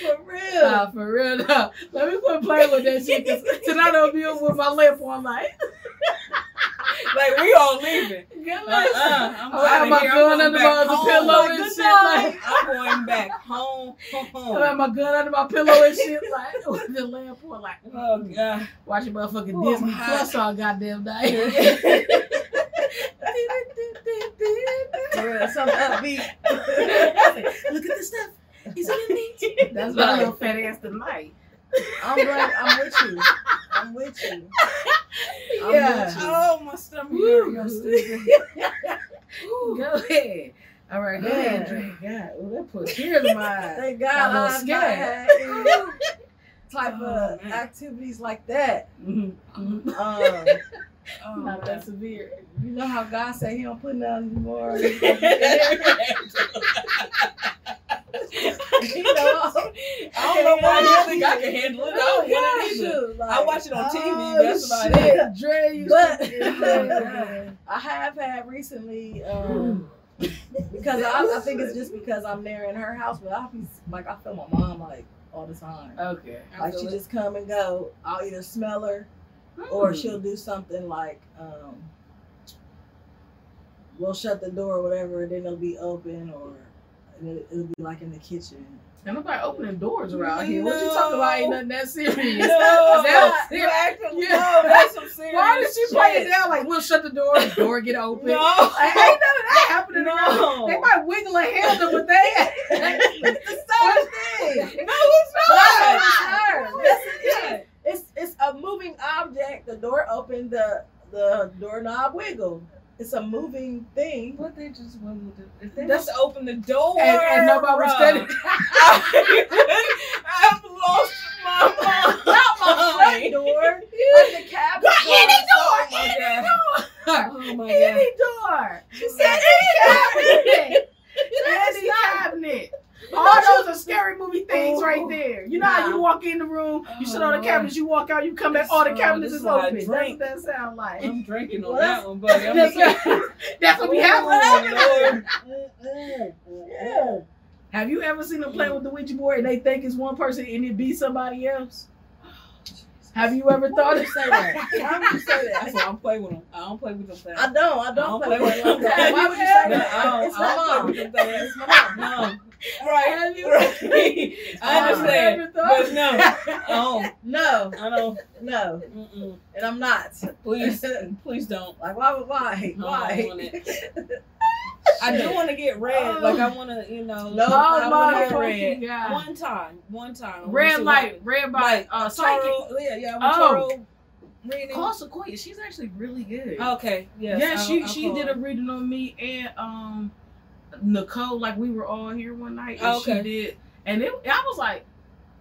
Speaker 2: For real.
Speaker 1: Nah, for real. Nah. Let me quit playing with that shit.
Speaker 3: *laughs*
Speaker 1: Cause tonight I'll be with my lip on like.
Speaker 3: like we all
Speaker 1: *laughs*
Speaker 3: leaving.
Speaker 1: Good
Speaker 3: Uh-uh.
Speaker 1: luck.
Speaker 3: I'm,
Speaker 1: Oh,
Speaker 3: outta
Speaker 1: am I
Speaker 3: here.
Speaker 1: going
Speaker 3: I'm
Speaker 1: under
Speaker 3: back
Speaker 1: my
Speaker 3: home.
Speaker 1: pillow
Speaker 2: Like,
Speaker 1: and
Speaker 2: good
Speaker 1: shit? Like,
Speaker 3: *laughs* I'm going back home.
Speaker 1: *laughs*
Speaker 3: Oh.
Speaker 1: I have my gun under my pillow and shit, like with the lamp on, like
Speaker 3: Oh god.
Speaker 1: watching motherfucking
Speaker 3: Oh, I'm
Speaker 1: Disney
Speaker 3: hot.
Speaker 1: Plus all goddamn night. *laughs*
Speaker 2: For real.
Speaker 3: *laughs*
Speaker 2: Something
Speaker 1: *laughs*
Speaker 2: *laughs* upbeat.
Speaker 1: Look at this stuff. Isn't it neat? That's my little fat ass tonight.
Speaker 2: I'm glad I'm with you. I'm with you. *laughs* I'm
Speaker 1: Yeah.
Speaker 2: with you.
Speaker 3: Oh my stomach.
Speaker 1: *laughs* Woo.
Speaker 3: hurt, y'all stupid.
Speaker 1: Go ahead. All right, go
Speaker 2: Yeah.
Speaker 1: ahead, Dre. God, oh, that put tears in my
Speaker 2: *laughs*
Speaker 1: eyes.
Speaker 2: Thank
Speaker 1: Got a
Speaker 2: God
Speaker 1: little
Speaker 2: I'm not
Speaker 1: scared.
Speaker 2: had
Speaker 3: *laughs*
Speaker 2: any type
Speaker 1: Oh,
Speaker 2: of
Speaker 1: man.
Speaker 2: activities like that.
Speaker 1: Mhm, mhm.
Speaker 2: Um,
Speaker 3: Oh,
Speaker 2: not
Speaker 3: man.
Speaker 2: that severe. You know how God said He don't put
Speaker 3: *laughs*
Speaker 2: nothing more.
Speaker 1: *laughs*
Speaker 2: you know,
Speaker 3: I don't know why you think I can handle it. I
Speaker 2: Oh,
Speaker 3: don't want it
Speaker 2: gosh,
Speaker 3: either.
Speaker 2: dude, like-
Speaker 3: I watch it on TV.
Speaker 2: Oh,
Speaker 3: that's about
Speaker 2: shit.
Speaker 3: it.
Speaker 1: Dre, you
Speaker 3: *laughs*
Speaker 2: But-
Speaker 1: stupid.
Speaker 2: *laughs* I have had recently
Speaker 1: Mm.
Speaker 2: um, because I, I think it's just because I'm there in her house, but I be like I feel my mom like all the time.
Speaker 1: Okay.
Speaker 2: Like she just come and go. I'll either smell her or
Speaker 1: Mm.
Speaker 2: she'll do something like um, we'll shut the door or whatever, and then it'll be open or it'll, it'll be like in the kitchen.
Speaker 1: And nobody opening doors around here. What you talking
Speaker 3: No.
Speaker 1: about? Ain't nothing that serious.
Speaker 3: No,
Speaker 1: That's
Speaker 3: you
Speaker 1: serious.
Speaker 3: acting,
Speaker 1: Yeah.
Speaker 3: no, that's some serious
Speaker 1: Why did she play it
Speaker 3: shit.
Speaker 1: down like we'll shut the door, the door get open?
Speaker 3: No. *laughs*
Speaker 1: Like, ain't none of that happening
Speaker 3: No.
Speaker 1: around. They might wiggle a handle, but they
Speaker 2: It's the same thing.
Speaker 3: No,
Speaker 1: *laughs*
Speaker 3: it's not.
Speaker 2: Yes, it is. It's it's a moving object. The door opened. The the doorknob wiggled. It's a moving thing.
Speaker 3: What they just wouldn't do. If they
Speaker 1: That's-
Speaker 3: just open the door
Speaker 1: and, and nobody was
Speaker 3: bruh. *laughs*
Speaker 1: standing.
Speaker 3: I've lost
Speaker 1: *laughs*
Speaker 3: my mind.
Speaker 2: Front *laughs* door. Like the cabinet
Speaker 1: What?
Speaker 2: door.
Speaker 1: Any
Speaker 3: Oh
Speaker 1: door?
Speaker 3: my god.
Speaker 1: Any door?
Speaker 3: Oh my god.
Speaker 1: Any door?
Speaker 3: She
Speaker 1: *laughs*
Speaker 3: said,
Speaker 2: *laughs*
Speaker 1: Any cabinet?
Speaker 2: That's
Speaker 1: Any
Speaker 2: not-
Speaker 1: cabinet? All those are scary movie things right there. You know how you
Speaker 2: Nah.
Speaker 1: walk in the room, you sit on
Speaker 3: Oh,
Speaker 1: the cabinets, you walk out, you come back,
Speaker 3: This-
Speaker 1: all the
Speaker 3: oh,
Speaker 1: cabinets
Speaker 3: this
Speaker 1: is
Speaker 3: is why I
Speaker 1: open. That's
Speaker 3: drink.
Speaker 1: what that sound like.
Speaker 3: I'm drinking on
Speaker 2: What?
Speaker 3: that one, buddy.
Speaker 1: *laughs*
Speaker 3: I'm
Speaker 1: That's,
Speaker 3: just-
Speaker 1: that's what we have.
Speaker 3: Oh, Lord.
Speaker 2: Yeah.
Speaker 1: Have you ever seen them play with the Ouija board and they think it's one person and it be somebody else? Have you ever
Speaker 2: Why
Speaker 1: thought
Speaker 3: *laughs*
Speaker 2: would
Speaker 1: of
Speaker 2: you say that? Why would you say
Speaker 3: That's
Speaker 2: that?
Speaker 3: why I don't play with them. I don't play with them things.
Speaker 2: I don't. I
Speaker 3: I don't
Speaker 2: don't.
Speaker 3: play
Speaker 2: play
Speaker 3: with
Speaker 2: with
Speaker 3: them.
Speaker 2: it. Why would you say
Speaker 1: No,
Speaker 2: that? Oh,
Speaker 3: I don't- I don't
Speaker 2: *laughs* It's my mom.
Speaker 3: play with them things.
Speaker 2: It's my mom.
Speaker 3: No. Right.
Speaker 1: Have you?
Speaker 3: Right. *laughs* I
Speaker 1: *laughs*
Speaker 3: understand.
Speaker 1: Have you ever
Speaker 3: But no. *laughs* I don't.
Speaker 2: No,
Speaker 3: I don't.
Speaker 1: *laughs*
Speaker 2: no,
Speaker 3: Mm-mm.
Speaker 2: and I'm not.
Speaker 3: *laughs* Please. Please don't.
Speaker 2: Like why? would- Why?
Speaker 3: No,
Speaker 2: Why?
Speaker 3: I don't want *laughs* I do want to get red. Like, I want to, you know.
Speaker 2: No,
Speaker 3: I
Speaker 1: Oh
Speaker 3: want to get
Speaker 1: my
Speaker 3: red.
Speaker 1: god!
Speaker 3: One time. One time. I wanna
Speaker 1: Red
Speaker 3: see
Speaker 1: light, red light. Uh, psychic.
Speaker 3: Toro, yeah, yeah, with
Speaker 1: Oh.
Speaker 3: Toro reading.
Speaker 1: Call Sequoia. She's actually really good.
Speaker 3: Okay, yes,
Speaker 1: Oh, yeah,
Speaker 3: I'll-
Speaker 1: she
Speaker 3: I'll
Speaker 1: she
Speaker 3: call
Speaker 1: did
Speaker 3: her.
Speaker 1: a reading on me and um Nicole. Like we were all here one night, and
Speaker 3: Okay.
Speaker 1: she did. And it, I was like,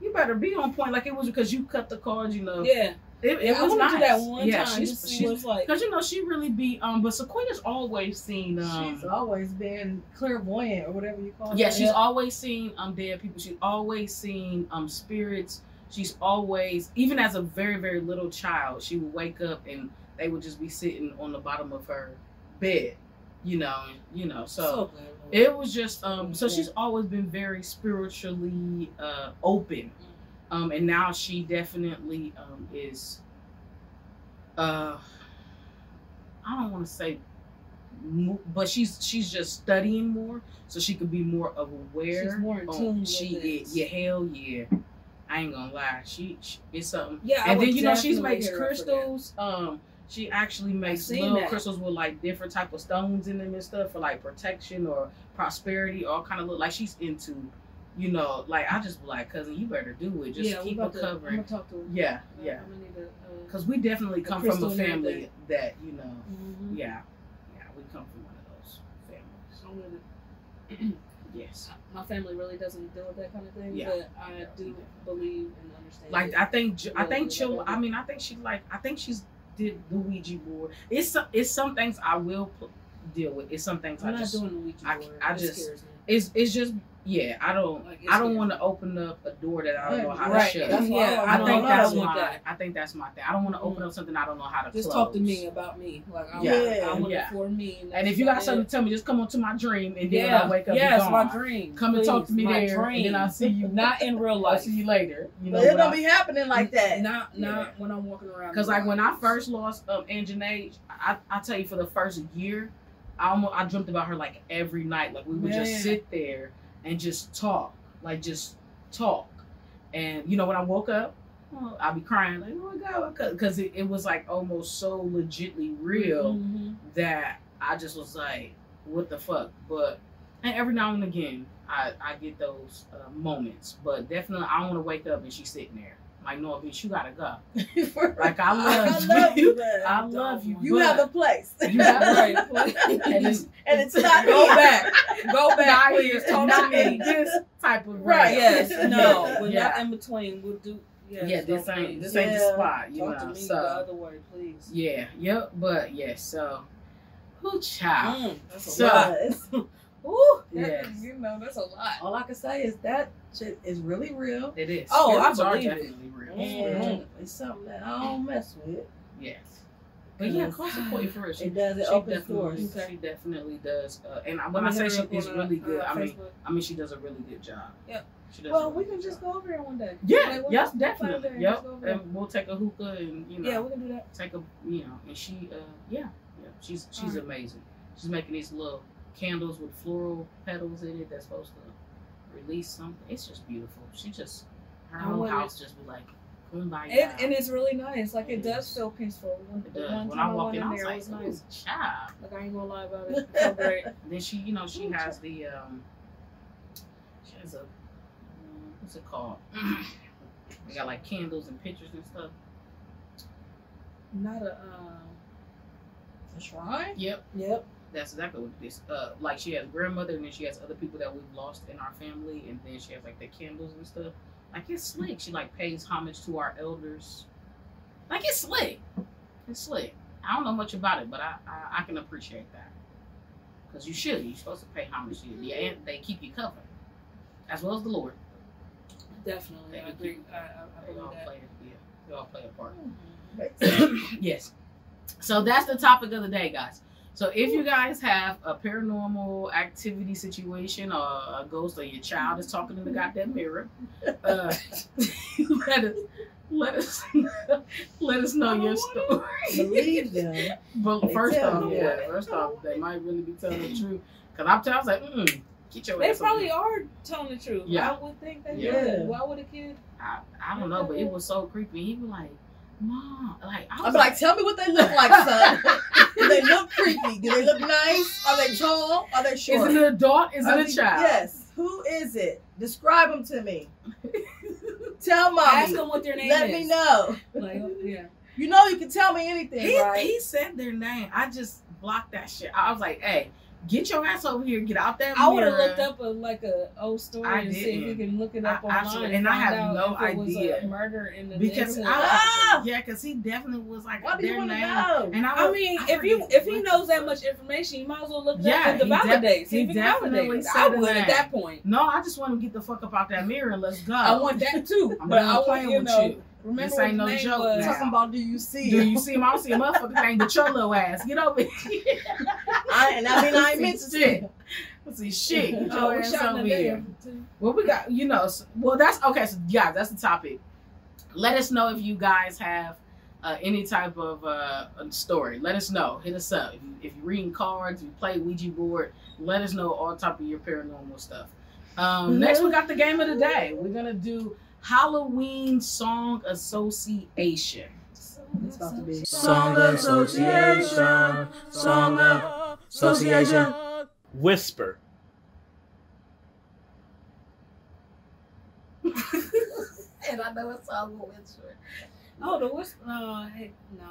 Speaker 1: you better be on point. Like it was because you cut the cards, you know.
Speaker 3: Yeah,
Speaker 1: It, it
Speaker 3: I
Speaker 1: was
Speaker 3: want
Speaker 1: nice.
Speaker 3: to do that one
Speaker 1: yeah,
Speaker 3: time.
Speaker 1: she's,
Speaker 3: just see
Speaker 1: she's
Speaker 3: what it's like.
Speaker 1: Because you know she really be um, but Sequoia's always seen um.
Speaker 2: She's always been clairvoyant or whatever you call it.
Speaker 1: yeah, she's always seen um dead people. She's always seen um spirits. She's always even as a very very little child, she would wake up and they would just be sitting on the bottom of her bed, you know, you know. So,
Speaker 3: good.
Speaker 1: it was just um. So
Speaker 3: Yeah.
Speaker 1: she's always been very spiritually uh open, um, and now she definitely um is. Uh, I don't want to say, mo- but she's she's just studying more, so she could be more of aware.
Speaker 3: she's more in
Speaker 1: on-
Speaker 3: tune. with
Speaker 1: she
Speaker 3: it.
Speaker 1: is, yeah, hell yeah. I ain't gonna lie, she, she it's something.
Speaker 3: Yeah, I
Speaker 1: and
Speaker 3: would
Speaker 1: then you know she
Speaker 3: definitely
Speaker 1: makes
Speaker 3: hit her up for that.
Speaker 1: crystals. Um, she actually makes
Speaker 3: seen
Speaker 1: little
Speaker 3: that.
Speaker 1: crystals with like different type of stones in them and stuff for like protection or prosperity, all kind of look like she's into, you know, like I just be like cousin, you better do it. Just
Speaker 3: yeah, we
Speaker 1: keep
Speaker 3: about to- I'm
Speaker 1: recovering.
Speaker 3: gonna talk to her.
Speaker 1: Yeah, yeah,
Speaker 3: I'm gonna need to. Uh,
Speaker 1: because we definitely come from
Speaker 3: crystal
Speaker 1: a
Speaker 3: and
Speaker 1: family
Speaker 3: everything.
Speaker 1: that you know,
Speaker 3: mhm.
Speaker 1: yeah, yeah, we come from one of those families.
Speaker 3: I'm gonna-
Speaker 1: Yes.
Speaker 3: my family really doesn't deal with that kind of thing,
Speaker 1: Yeah.
Speaker 3: but I do believe and understand.
Speaker 1: Like
Speaker 3: it.
Speaker 1: I think J- I
Speaker 3: Yeah,
Speaker 1: think
Speaker 3: yeah,
Speaker 1: chill.
Speaker 3: yeah.
Speaker 1: I mean I think she like I think she's did the Ouija board. It's some it's some things I will p- deal with. It's some things
Speaker 3: I'm
Speaker 1: I
Speaker 3: not
Speaker 1: just
Speaker 3: doing the Ouija
Speaker 1: I-
Speaker 3: board.
Speaker 1: I
Speaker 3: It
Speaker 1: just-
Speaker 3: scares me.
Speaker 1: it's it's just yeah. I don't
Speaker 3: Like, it's
Speaker 1: I don't
Speaker 3: weird.
Speaker 1: want to open up a door that I don't know how
Speaker 3: Right,
Speaker 1: to shut.
Speaker 3: that's
Speaker 2: why
Speaker 3: Yeah,
Speaker 1: I
Speaker 2: don't
Speaker 1: think
Speaker 2: know.
Speaker 1: that's
Speaker 3: I want
Speaker 1: my
Speaker 3: that.
Speaker 1: I think that's my thing. I don't want to open up something I don't know how to
Speaker 3: Just
Speaker 1: close.
Speaker 3: talk to me about me. Like I
Speaker 1: Yeah,
Speaker 3: want, I want
Speaker 1: yeah.
Speaker 3: it for me.
Speaker 1: And if you got something to tell me, just come on to my dream, and then
Speaker 3: yeah,
Speaker 1: when I wake up,
Speaker 3: yeah,
Speaker 1: you
Speaker 3: it's my
Speaker 1: gone.
Speaker 3: dream.
Speaker 1: Come and talk to
Speaker 3: Please,
Speaker 1: me
Speaker 3: my
Speaker 1: there,
Speaker 3: dream.
Speaker 1: and then I'll see you.
Speaker 3: *laughs*
Speaker 1: *laughs*
Speaker 3: Not in real
Speaker 1: I'll
Speaker 3: life.
Speaker 1: see you later. You know,
Speaker 2: But it
Speaker 1: when I-
Speaker 2: don't be happening like that.
Speaker 3: Not not
Speaker 1: Yeah.
Speaker 3: when I'm walking around.
Speaker 1: Cause like when I first lost um Anjanage, I I tell you for the first year, I almost I dreamt about her like every night. Like we would
Speaker 3: Man.
Speaker 1: just sit there and just talk, like just talk. And you know when I woke up, oh, I'd be crying like oh my god, because cause it, it was like almost so legitly real
Speaker 3: Mhm.
Speaker 1: that I just was like, what the fuck? But and every now and again, I I get those uh, moments. But definitely, I want to wake up and she's sitting there. Like, no, bitch, you gotta go.
Speaker 2: *laughs* For real.
Speaker 3: *laughs*
Speaker 1: Like, I
Speaker 2: I
Speaker 1: love,
Speaker 2: love
Speaker 1: you. *laughs*
Speaker 2: you, but
Speaker 1: I love you.
Speaker 2: you have a place.
Speaker 1: You
Speaker 2: *laughs*
Speaker 1: have a
Speaker 3: Right.
Speaker 1: and it's,
Speaker 2: and it's not
Speaker 3: Go
Speaker 2: me.
Speaker 3: back. Go back,
Speaker 1: not,
Speaker 3: please.
Speaker 1: it's
Speaker 3: Talk
Speaker 1: not
Speaker 3: to me.
Speaker 1: in this type of
Speaker 2: Right.
Speaker 1: right. *laughs*
Speaker 3: Yes. *laughs* No. We're
Speaker 1: Yeah.
Speaker 3: not in between. We'll do. Yes,
Speaker 1: Yeah, this
Speaker 3: don't
Speaker 1: ain't
Speaker 3: please.
Speaker 1: this ain't
Speaker 2: Yeah.
Speaker 1: the spot, you
Speaker 3: Talk
Speaker 1: know.
Speaker 3: to me
Speaker 1: so
Speaker 3: the other way, please.
Speaker 1: yeah, yep, but yes, so who child?
Speaker 3: Mm, that's a
Speaker 1: So-
Speaker 3: lot.
Speaker 2: Yeah, it's-
Speaker 3: Ooh, that,
Speaker 1: Yes.
Speaker 3: you know that's a lot.
Speaker 2: all I can say is that shit is really real,
Speaker 1: It is.
Speaker 3: Oh,
Speaker 1: Spirits
Speaker 3: I
Speaker 1: are
Speaker 3: believe it.
Speaker 1: definitely
Speaker 2: Mm.
Speaker 1: real.
Speaker 2: and it's something that I don't mess with.
Speaker 1: Yes. But yeah,
Speaker 2: Yes.
Speaker 1: Consequent for real. She,
Speaker 2: It does. It
Speaker 1: she
Speaker 2: opens
Speaker 1: definitely,
Speaker 2: doors.
Speaker 3: Okay.
Speaker 1: she definitely does. Uh, and I-
Speaker 3: I'm
Speaker 1: when I
Speaker 3: gonna
Speaker 1: say
Speaker 3: hit
Speaker 1: she
Speaker 3: her up
Speaker 1: is
Speaker 3: on,
Speaker 1: really
Speaker 3: uh,
Speaker 1: good, I mean,
Speaker 3: Facebook.
Speaker 1: I mean she does a really good job.
Speaker 3: Yep.
Speaker 1: She does. a
Speaker 3: well,
Speaker 1: really
Speaker 3: we
Speaker 1: good
Speaker 3: can just
Speaker 1: job.
Speaker 3: go over there one day.
Speaker 1: Yeah.
Speaker 3: Like, we'll
Speaker 1: yes,
Speaker 3: just go over
Speaker 1: definitely.
Speaker 3: there and just
Speaker 1: Yep.
Speaker 3: go over there.
Speaker 1: And we'll take a hookah and you know.
Speaker 3: Yeah, we can do that.
Speaker 1: take a you know and she uh yeah yeah she's she's
Speaker 3: Alright.
Speaker 1: amazing she's making these little candles with floral petals in it that's supposed to release something it's just beautiful she just her
Speaker 3: I
Speaker 1: whole
Speaker 3: want
Speaker 1: house just be like kumbaya
Speaker 3: And, and it's really nice. Like it
Speaker 1: It
Speaker 3: does
Speaker 1: is.
Speaker 3: feel peaceful. When,
Speaker 1: It
Speaker 3: the
Speaker 1: does.
Speaker 3: one
Speaker 1: when
Speaker 3: time
Speaker 1: I walk
Speaker 3: went
Speaker 1: in, I was
Speaker 3: there,
Speaker 1: like,
Speaker 3: it was nice.
Speaker 1: "Ooh, child."
Speaker 3: Like I ain't gonna lie
Speaker 1: *laughs*
Speaker 3: about it. It's so great.
Speaker 1: And then she, you know, she
Speaker 3: Ooh,
Speaker 1: has the um, she has a, um, what's it called? *clears throat* we got like candles and pictures and stuff.
Speaker 3: Not a. Um,
Speaker 2: A shrine?
Speaker 1: Yep, *laughs*
Speaker 3: yep.
Speaker 1: that's exactly what it is. Uh, like she has grandmother, and then she has other people that we've lost in our family, and then she has like the candles and stuff. Like it's slick. She like pays homage to our elders. Like it's slick. It's slick. I don't know much about it, but I I, I can appreciate that. Cause you should. You're supposed to pay homage to your your aunt. They keep you covered, as well as the Lord.
Speaker 3: Definitely. I
Speaker 1: Thank
Speaker 3: agree.
Speaker 1: you.
Speaker 3: I, I, I
Speaker 1: They all
Speaker 3: believe that. Mm-hmm.
Speaker 1: play. Yeah, they all play a part.
Speaker 2: Makes sense.
Speaker 1: yes. So that's the topic of the day, guys. So if you guys have a paranormal activity situation or a ghost or your child is talking in the goddamn mirror,
Speaker 2: *laughs*
Speaker 1: uh, let us let us let us know your story.
Speaker 2: Believe them.
Speaker 1: But
Speaker 2: They
Speaker 1: first
Speaker 2: tell
Speaker 1: off,
Speaker 2: me
Speaker 1: yeah,
Speaker 2: what.
Speaker 1: first off, they might really be telling the truth. Cause I'm telling, I was like, mm, get your
Speaker 3: They
Speaker 1: ass over
Speaker 3: probably
Speaker 1: here.
Speaker 3: are telling the truth.
Speaker 1: Yeah.
Speaker 3: I would think they
Speaker 1: Yeah.
Speaker 3: would. Why would a kid?
Speaker 1: I, I don't know, but it was so creepy. He was like, Mom, like I was
Speaker 2: I'm like, tell me what they look
Speaker 1: *laughs*
Speaker 2: like, son. Do they look creepy? Do they look nice? Are they tall? Are they
Speaker 1: is
Speaker 2: short?
Speaker 1: it an adult? Is
Speaker 2: Are
Speaker 1: it a
Speaker 2: they-
Speaker 1: child?
Speaker 2: Yes. Who is it? Describe them to me. tell mommy.
Speaker 3: Ask them what their name
Speaker 2: Let
Speaker 3: is.
Speaker 2: me know.
Speaker 3: Like, yeah.
Speaker 2: You know you can tell me anything,
Speaker 1: He,
Speaker 2: right?
Speaker 1: he said their name. I just blocked that shit. I was like, hey, get your ass over here. Get out that
Speaker 3: I would have
Speaker 1: mirror."
Speaker 3: looked up a, like a old story
Speaker 1: I
Speaker 3: and see if you
Speaker 1: didn't.
Speaker 3: can look it up
Speaker 1: I- I
Speaker 3: online.
Speaker 1: swear-
Speaker 3: and,
Speaker 1: and I
Speaker 3: find
Speaker 1: have
Speaker 3: out
Speaker 1: no
Speaker 3: if it was a
Speaker 1: idea.
Speaker 3: murder in the
Speaker 1: Because
Speaker 3: neighborhood.
Speaker 1: I, yeah, because he definitely was like
Speaker 2: Ah, Why do you
Speaker 1: their
Speaker 2: want to
Speaker 1: name.
Speaker 2: know?
Speaker 1: And I,
Speaker 3: I
Speaker 1: was-
Speaker 3: mean,
Speaker 1: I
Speaker 3: if you
Speaker 1: forget
Speaker 3: if he
Speaker 1: what
Speaker 3: knows
Speaker 1: the
Speaker 3: that
Speaker 1: fuck.
Speaker 3: much information, you might as well look it
Speaker 1: Yeah,
Speaker 3: up and to
Speaker 1: he def-
Speaker 3: validate.
Speaker 1: he
Speaker 3: See if it
Speaker 1: definitely
Speaker 3: validates.
Speaker 1: said
Speaker 3: I would
Speaker 1: that.
Speaker 3: at that point.
Speaker 1: No, I just want to get the fuck up out that mirror and let's go.
Speaker 3: I want that too,
Speaker 1: I'm
Speaker 3: but
Speaker 1: done
Speaker 3: I want
Speaker 1: playing
Speaker 3: you
Speaker 1: with
Speaker 3: know.
Speaker 1: you.
Speaker 3: Remember
Speaker 1: This
Speaker 3: what
Speaker 1: ain't
Speaker 3: the
Speaker 1: no
Speaker 3: name
Speaker 1: joke
Speaker 3: was.
Speaker 1: now.
Speaker 2: Talking about do you see
Speaker 1: Do
Speaker 2: it?
Speaker 1: you see him? I don't see a motherfucking thing but your little ass. Get
Speaker 3: *laughs*
Speaker 1: over here.
Speaker 2: I, and I mean, I ain't
Speaker 1: *laughs* See
Speaker 2: meant to see
Speaker 1: shit.
Speaker 2: it.
Speaker 1: I see shit. Get
Speaker 3: Oh,
Speaker 1: your
Speaker 3: we
Speaker 1: ass
Speaker 3: shot in
Speaker 1: over
Speaker 3: the
Speaker 1: here.
Speaker 3: damn too.
Speaker 1: Well, we got you know. s well, that's okay. So yeah, that's the topic. Let us know if you guys have uh, any type of uh, a story. Let us know. Hit us up if, you, if you're reading cards, if you play Ouija board. Let us know all type of your paranormal stuff.
Speaker 4: Mm-hmm.
Speaker 1: Um, next, we got the game of the day. We're gonna do Halloween song association.
Speaker 2: It's about to be.
Speaker 5: Song Association. Song Association. Whisper.
Speaker 4: And I know it's all going to
Speaker 3: Oh, the what's uh hey, no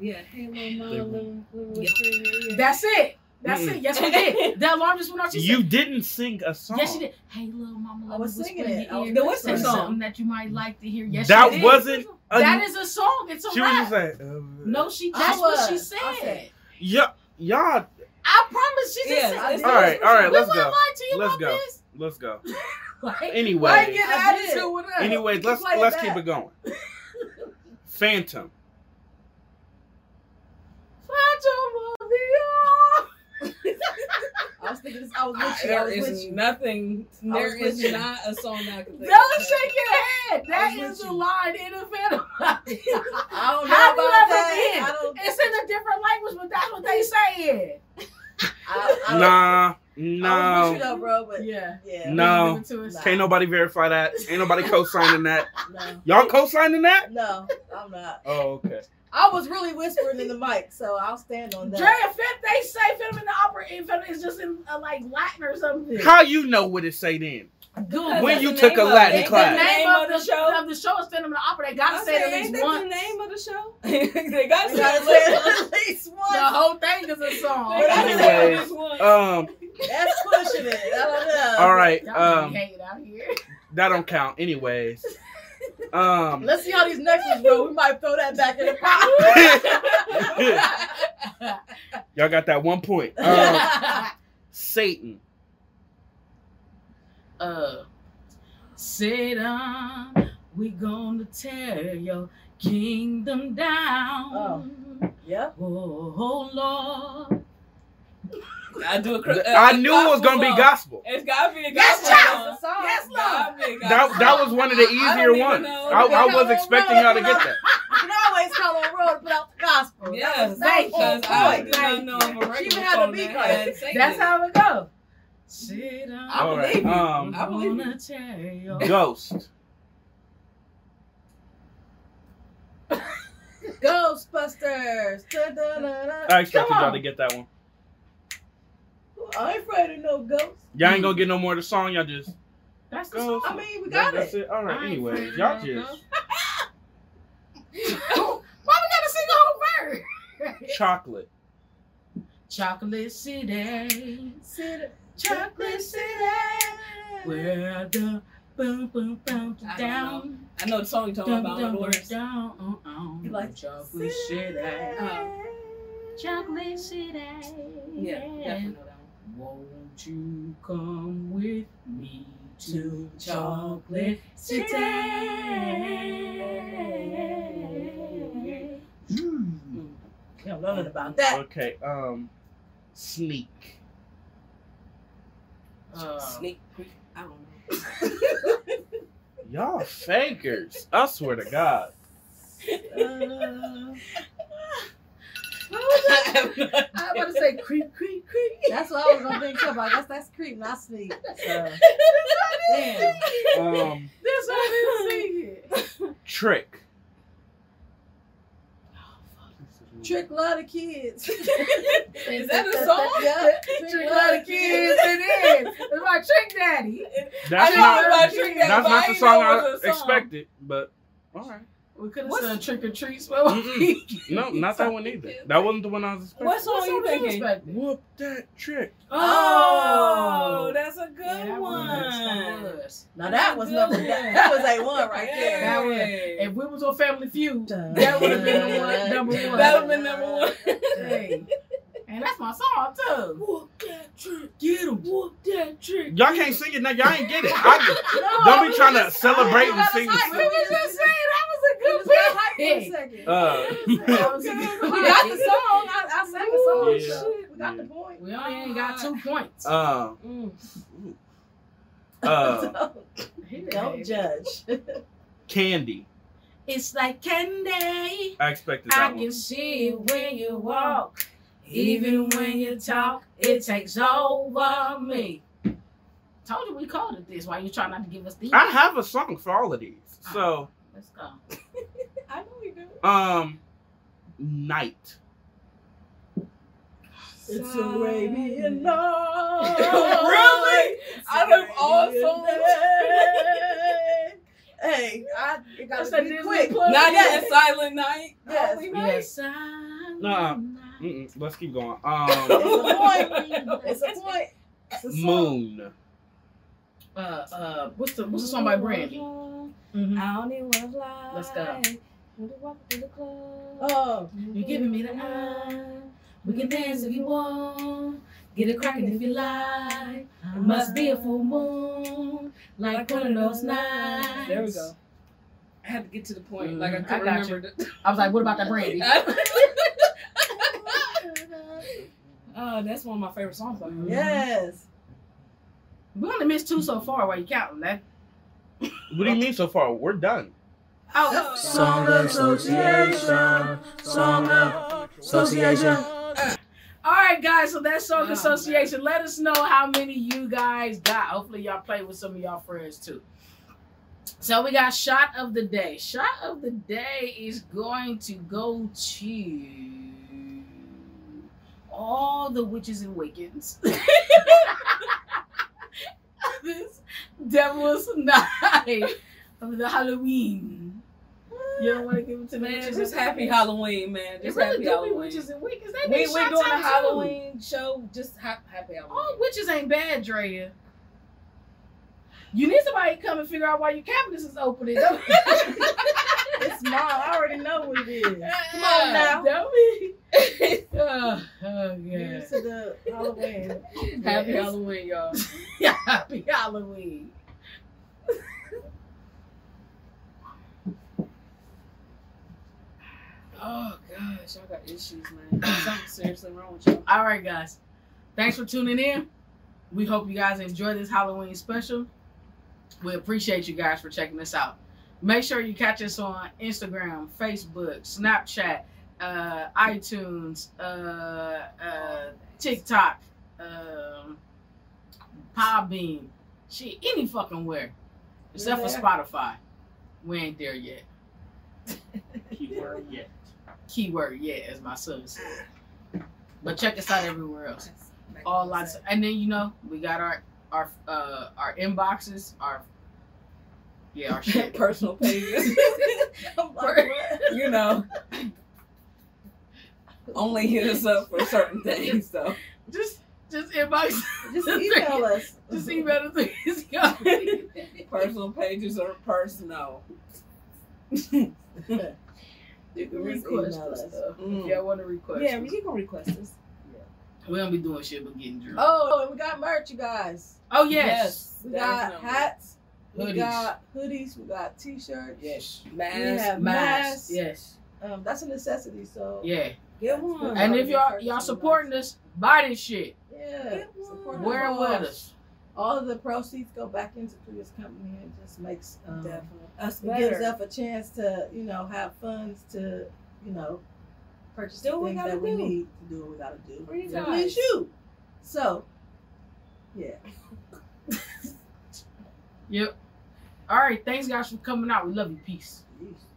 Speaker 3: yeah hey little mom
Speaker 5: Little-
Speaker 3: little little whisper in your ear.
Speaker 1: That's it. That's it. Yes,
Speaker 4: *laughs*
Speaker 1: we did. The alarm just went off. She
Speaker 5: Mm. You
Speaker 1: said-
Speaker 5: didn't sing a song.
Speaker 1: Yes, you did. Hey, little mama,
Speaker 2: I
Speaker 1: let me
Speaker 2: was
Speaker 1: whisper
Speaker 2: singing
Speaker 1: in
Speaker 2: it. I
Speaker 1: your
Speaker 2: was
Speaker 1: ear.
Speaker 3: The whisper
Speaker 1: Say
Speaker 2: whispering.
Speaker 3: song.
Speaker 1: something that you might like to hear. Yes,
Speaker 5: That
Speaker 1: she did.
Speaker 5: wasn't a-
Speaker 1: that is a song. It's a
Speaker 5: She
Speaker 1: rap.
Speaker 5: was like, uh,
Speaker 1: no, she.
Speaker 2: I
Speaker 1: That's what she
Speaker 2: was.
Speaker 1: said.
Speaker 2: I
Speaker 1: I,
Speaker 2: said-
Speaker 5: Yeah, y'all.
Speaker 1: promise she
Speaker 3: Yeah,
Speaker 1: just
Speaker 3: I
Speaker 1: said.
Speaker 3: did. All right,
Speaker 5: all right,
Speaker 1: We
Speaker 5: let's
Speaker 1: wouldn't
Speaker 5: go.
Speaker 1: lie to you
Speaker 5: Let's
Speaker 1: about
Speaker 5: go.
Speaker 1: this.
Speaker 5: Let's go.
Speaker 1: Like,
Speaker 2: Why
Speaker 5: Anyway,
Speaker 2: get
Speaker 1: I
Speaker 2: out of
Speaker 1: did.
Speaker 2: here with us?
Speaker 5: anyways, let's
Speaker 2: Play it
Speaker 5: let's
Speaker 2: back.
Speaker 5: keep
Speaker 1: *laughs*
Speaker 5: it going. Phantom.
Speaker 1: Phantom of the Opera.
Speaker 2: I was thinking this. I was
Speaker 3: I-
Speaker 2: with you. I
Speaker 3: there
Speaker 2: was with
Speaker 3: is
Speaker 2: you.
Speaker 3: nothing. There
Speaker 2: was
Speaker 3: is
Speaker 2: with you.
Speaker 3: not a song that I can think.
Speaker 1: Don't
Speaker 3: of.
Speaker 1: shake your head. That
Speaker 2: I was
Speaker 1: is
Speaker 2: with
Speaker 1: a
Speaker 2: you.
Speaker 1: line in a Phantom.
Speaker 2: I don't know
Speaker 1: How
Speaker 2: about
Speaker 1: do you ever been?
Speaker 2: that. I don't.
Speaker 1: It's in a different language, but that's what they saying.
Speaker 2: I, I,
Speaker 5: Nah,
Speaker 2: I was with you
Speaker 5: no,
Speaker 2: though, bro. But yeah,
Speaker 1: Yeah.
Speaker 5: No.
Speaker 1: Give it to us.
Speaker 5: can't nobody verify that. Ain't nobody
Speaker 1: *laughs*
Speaker 5: co-signing that.
Speaker 2: no,
Speaker 5: Y'all co-signing that?
Speaker 2: no, I'm not.
Speaker 5: Oh, okay.
Speaker 2: I was really whispering in the mic, so I'll stand on
Speaker 1: Dre,
Speaker 2: that.
Speaker 1: if it- they say Phantom in the Opera, if it's just in uh, like Latin or something.
Speaker 5: How you know what it say then?
Speaker 1: Google.
Speaker 3: That's
Speaker 5: When
Speaker 1: it.
Speaker 5: you
Speaker 3: the
Speaker 5: took
Speaker 3: name
Speaker 5: a
Speaker 3: of it.
Speaker 5: Latin
Speaker 1: Ain't
Speaker 5: class.
Speaker 1: the name of the show of the show is Phantom of the Opera. They gotta
Speaker 3: I
Speaker 1: say it
Speaker 3: said,
Speaker 1: at
Speaker 3: ain't
Speaker 1: least
Speaker 3: that
Speaker 1: once.
Speaker 3: the name of the show? they got to
Speaker 2: You gotta
Speaker 3: say it.
Speaker 2: say at least once.
Speaker 1: The whole thing is a song.
Speaker 3: They gotta say it
Speaker 5: Anyways,
Speaker 3: at least
Speaker 1: *laughs*
Speaker 3: once.
Speaker 5: Um.
Speaker 2: That's pushing it. I don't know.
Speaker 5: All right.
Speaker 1: Y'all
Speaker 5: Um.
Speaker 1: hanging out here.
Speaker 5: That don't count. Anyways.
Speaker 1: *laughs*
Speaker 5: Um.
Speaker 2: Let's see how these next ones roll. We might throw that back in the pot.
Speaker 5: Y'all got that
Speaker 1: *laughs*
Speaker 5: one point. Um, Satan.
Speaker 1: uh, Satan, we gonna tear your kingdom down.
Speaker 2: yeah.
Speaker 1: Oh, Lord.
Speaker 3: I do a cr- uh,
Speaker 5: I knew it was gonna be gospel.
Speaker 3: It's gotta be a
Speaker 1: Yes,
Speaker 3: gospel
Speaker 1: child.
Speaker 3: song.
Speaker 1: Yes, Lord.
Speaker 3: Gotta be a
Speaker 5: That
Speaker 3: gospel
Speaker 5: that
Speaker 3: song.
Speaker 5: was one of the
Speaker 3: I don't
Speaker 5: easier
Speaker 3: even
Speaker 5: ones.
Speaker 3: know.
Speaker 5: I, I was
Speaker 2: Hello,
Speaker 5: expecting y'all to get that.
Speaker 2: You can always call on roll to put out the gospel.
Speaker 3: Yes,
Speaker 1: Thank
Speaker 3: because
Speaker 1: you.
Speaker 3: I did
Speaker 1: Thank
Speaker 3: not know of a
Speaker 2: She
Speaker 3: regular
Speaker 2: even had a
Speaker 3: song
Speaker 2: beat
Speaker 3: that
Speaker 2: card.
Speaker 3: had Satan.
Speaker 1: That's how it go. Satan,
Speaker 3: I
Speaker 5: All right.
Speaker 3: believe you.
Speaker 5: Um.
Speaker 3: I believe
Speaker 1: gonna tear your
Speaker 5: Ghost.
Speaker 2: Ghostbusters. Da-da-da-da.
Speaker 5: I expected
Speaker 1: Come on.
Speaker 5: y'all to get that one.
Speaker 2: I ain't afraid of no ghosts.
Speaker 5: Y'all ain't gonna get no more of the song. Y'all just.
Speaker 1: That's the
Speaker 5: Go.
Speaker 1: song.
Speaker 2: I mean, we got
Speaker 5: that- that's
Speaker 2: it.
Speaker 5: All
Speaker 1: I
Speaker 5: right.
Speaker 1: ain't
Speaker 5: Anyway,
Speaker 1: afraid
Speaker 5: y'all
Speaker 1: of no
Speaker 5: just
Speaker 1: *laughs*
Speaker 4: Why we gotta sing a whole verse?
Speaker 5: *laughs* chocolate.
Speaker 1: Chocolate City,
Speaker 2: Sit-
Speaker 1: Chocolate City, where the boom boom boom
Speaker 3: I don't
Speaker 1: down,
Speaker 3: I know the song you're talking
Speaker 1: dum
Speaker 3: about.
Speaker 1: dum
Speaker 3: Dolores.
Speaker 1: down, down.
Speaker 2: You like Uh-huh.
Speaker 1: Chocolate City, Chocolate City,
Speaker 3: Yeah, definitely know that one.
Speaker 1: Won't you come with me to
Speaker 2: To
Speaker 1: Chocolate City? Mm.
Speaker 2: You don't know nothing about that.
Speaker 5: Okay. Um. Sneak.
Speaker 1: Uh, *laughs*
Speaker 3: Sneak Creek. I don't know.
Speaker 5: Y'all fakers. I swear to God.
Speaker 2: Uh,
Speaker 4: I
Speaker 3: I
Speaker 4: was about to say creep, creep, creep.
Speaker 2: that's what I was gonna think too, but I guess that's creep, not sneak. So. Damn.
Speaker 5: Um.
Speaker 1: That's how they sing it.
Speaker 5: Trick.
Speaker 2: Trick a lot of kids.
Speaker 3: Is that a song?
Speaker 2: *laughs* yeah.
Speaker 1: Trick a lot of kids. It is. It's my trick daddy.
Speaker 5: That's
Speaker 3: know
Speaker 5: not.
Speaker 3: about Trick Daddy,
Speaker 5: That's
Speaker 3: but
Speaker 5: not
Speaker 3: I
Speaker 5: the
Speaker 3: ain't
Speaker 5: song
Speaker 3: know it
Speaker 5: I
Speaker 3: was a song.
Speaker 5: expected, but. All right.
Speaker 1: We could have
Speaker 3: What's-
Speaker 1: said trick or treats, but *laughs* we
Speaker 5: No, not that one either. That wasn't the one I was expecting.
Speaker 3: What song
Speaker 1: What's
Speaker 3: you
Speaker 1: on the
Speaker 3: thinking?
Speaker 1: expected?
Speaker 5: Whoop that trick.
Speaker 3: Oh, that's a good
Speaker 1: Yeah, that
Speaker 3: one.
Speaker 1: was- that was.
Speaker 2: Now that was number
Speaker 3: *laughs*
Speaker 2: that, was a one right there.
Speaker 1: That was-
Speaker 3: Yeah.
Speaker 1: If we was on Family Feud, that would have been the
Speaker 2: *laughs*
Speaker 1: one, number one.
Speaker 3: That would've been number one.
Speaker 1: Hey. And that's my song too.
Speaker 3: Whoop that trick.
Speaker 1: Get him.
Speaker 3: Whoop that trick.
Speaker 5: Y'all can't *laughs* sing it now. Y'all ain't get it. I,
Speaker 1: *laughs*
Speaker 5: don't be trying to celebrate and sing.
Speaker 1: I
Speaker 5: The
Speaker 1: was just saying that was a good
Speaker 2: We
Speaker 1: pick.
Speaker 5: song. Uh,
Speaker 1: That was a good
Speaker 2: got the song.
Speaker 1: pick.
Speaker 2: I, I sang the song.
Speaker 5: Yeah.
Speaker 2: so We got the
Speaker 5: Yeah.
Speaker 2: point.
Speaker 1: We only ain't got two points.
Speaker 5: um,
Speaker 3: Mm.
Speaker 2: *laughs*
Speaker 5: uh,
Speaker 2: Don't judge.
Speaker 5: candy.
Speaker 1: It's like candy.
Speaker 5: I expected
Speaker 1: I
Speaker 5: that
Speaker 1: can
Speaker 5: one.
Speaker 1: see it when you walk, even when you talk, it takes over me. Told you we called it this. Why you trying not to give us the?
Speaker 5: I have a song for all of these. So,
Speaker 1: Let's go.
Speaker 2: I know *laughs* we do.
Speaker 5: um, night.
Speaker 2: It's a Arabian night.
Speaker 3: Really? Out of all songs?
Speaker 2: Hey, I it
Speaker 1: That's
Speaker 2: gotta
Speaker 1: a
Speaker 2: be
Speaker 1: Disney
Speaker 2: quick.
Speaker 1: Plus.
Speaker 3: Not
Speaker 2: Yes.
Speaker 3: even Silent Night.
Speaker 2: Yes.
Speaker 3: Holy night.
Speaker 1: Yes.
Speaker 5: Nuh-uh. Mm-mm, let's keep going.
Speaker 1: *laughs*
Speaker 5: Um,
Speaker 2: It's a point. It's a point. It's a song.
Speaker 5: moon.
Speaker 1: Uh, uh, what's the what's the song by Brandy? Mm-hmm.
Speaker 3: I only want life.
Speaker 1: Let's go.
Speaker 3: When you walk through the club,
Speaker 2: Oh,
Speaker 1: You're giving me the eye. We can dance if you want. Get it cracking if you like. It must be a full moon, like one of those nights.
Speaker 3: There we go. I had to get to the point.
Speaker 1: Mhm.
Speaker 3: Like I
Speaker 1: I
Speaker 3: couldn't
Speaker 1: got
Speaker 3: remember. The-
Speaker 1: I was like, what about that Brandy? *laughs*
Speaker 3: *laughs* oh, that's one of my favorite songs. by her.
Speaker 2: yes.
Speaker 1: We only missed two so far. Why you counting that?
Speaker 5: What do you mean so far? We're done.
Speaker 3: Oh,
Speaker 6: Song Association. Song Association.
Speaker 1: All right, guys. So that's
Speaker 3: Oh,
Speaker 1: Song
Speaker 3: man.
Speaker 1: Association. Let us know how many you guys got. Hopefully, y'all play with some of y'all friends too. So we got shot of the day. Shot of the day is going to go to all the witches and wiccans. *laughs* this devil was night of the Halloween. You don't want to give it to the
Speaker 3: Man,
Speaker 1: witches
Speaker 3: just
Speaker 1: and
Speaker 3: happy
Speaker 1: wickedness.
Speaker 3: Halloween, man.
Speaker 1: It
Speaker 3: Just
Speaker 1: really
Speaker 3: happy
Speaker 1: do be
Speaker 3: Halloween.
Speaker 1: witches and witches. They
Speaker 3: We,
Speaker 1: be
Speaker 3: we're
Speaker 1: shot
Speaker 3: doing a
Speaker 1: down, too.
Speaker 3: Halloween show. Just ha- happy
Speaker 1: All
Speaker 3: Halloween.
Speaker 1: witches ain't bad, Drea. You need somebody to come and figure out why your cabinet is open.
Speaker 3: *laughs*
Speaker 1: Don't
Speaker 2: It's mom. I already know what it is.
Speaker 1: Come
Speaker 3: on now.
Speaker 1: Don't
Speaker 3: *laughs*
Speaker 1: be. *laughs* oh, oh, yeah.
Speaker 2: Here's to the Halloween.
Speaker 3: happy
Speaker 1: Yes.
Speaker 3: Halloween, *laughs* y'all.
Speaker 1: *laughs* Happy Halloween. *laughs*
Speaker 3: Oh gosh, y'all got issues, man. Something seriously wrong with y'all.
Speaker 1: All right, guys. Thanks for tuning in. We hope you guys enjoy this Halloween special. We appreciate you guys for checking us out. Make sure you catch us on Instagram, Facebook, Snapchat, uh, iTunes, uh, uh, TikTok, um, Podbean, shit, any fucking where, except for
Speaker 2: Yeah.
Speaker 1: Spotify. We ain't there yet.
Speaker 5: Keyword, yeah.
Speaker 1: Keyword, yeah, as my son said. But check us out everywhere else. all lots of- and then you know we got our our uh our inboxes our yeah our shit
Speaker 3: *laughs* personal pages.
Speaker 2: *laughs* I'm like, what?
Speaker 3: *laughs* you know. Only hit us up for certain things, *laughs* though.
Speaker 1: just just inbox *laughs*
Speaker 2: Just email us.
Speaker 1: just email the things *laughs*
Speaker 3: Personal pages are personal.
Speaker 2: You can
Speaker 1: request
Speaker 2: just email
Speaker 1: us
Speaker 2: us.
Speaker 1: stuff
Speaker 3: Mm.
Speaker 1: yeah I want to request
Speaker 3: Yeah, you can request us.
Speaker 1: we don't be doing shit but getting drunk oh,
Speaker 2: Oh, and we got merch, you guys.
Speaker 1: yes
Speaker 2: We
Speaker 3: There is
Speaker 2: got
Speaker 3: no-
Speaker 2: hats. We
Speaker 1: Hoodies.
Speaker 2: got hoodies. We got t-shirts.
Speaker 1: yes
Speaker 3: Mask.
Speaker 2: We have
Speaker 1: masks
Speaker 2: masks.
Speaker 1: yes
Speaker 2: Um, that's a necessity. So
Speaker 1: yeah
Speaker 3: Get one.
Speaker 1: and if y'all y'all supporting us buy this shit
Speaker 2: yeah.
Speaker 3: Get one.
Speaker 2: support
Speaker 1: wear it
Speaker 2: our
Speaker 1: with
Speaker 2: cause.
Speaker 1: us
Speaker 2: All of the proceeds go back into this company and just makes um,
Speaker 3: Definitely. us
Speaker 2: it gives
Speaker 3: better.
Speaker 2: us a chance to you know have funds to you know purchase
Speaker 3: Do
Speaker 2: the
Speaker 3: what we
Speaker 2: things
Speaker 3: gotta
Speaker 2: that we
Speaker 3: do.
Speaker 2: need to do what we gotta do.
Speaker 3: Free
Speaker 1: Yeah.
Speaker 3: guys.
Speaker 2: Please you. So yeah.
Speaker 1: yep all right thanks guys for coming out we love you peace
Speaker 2: Peace.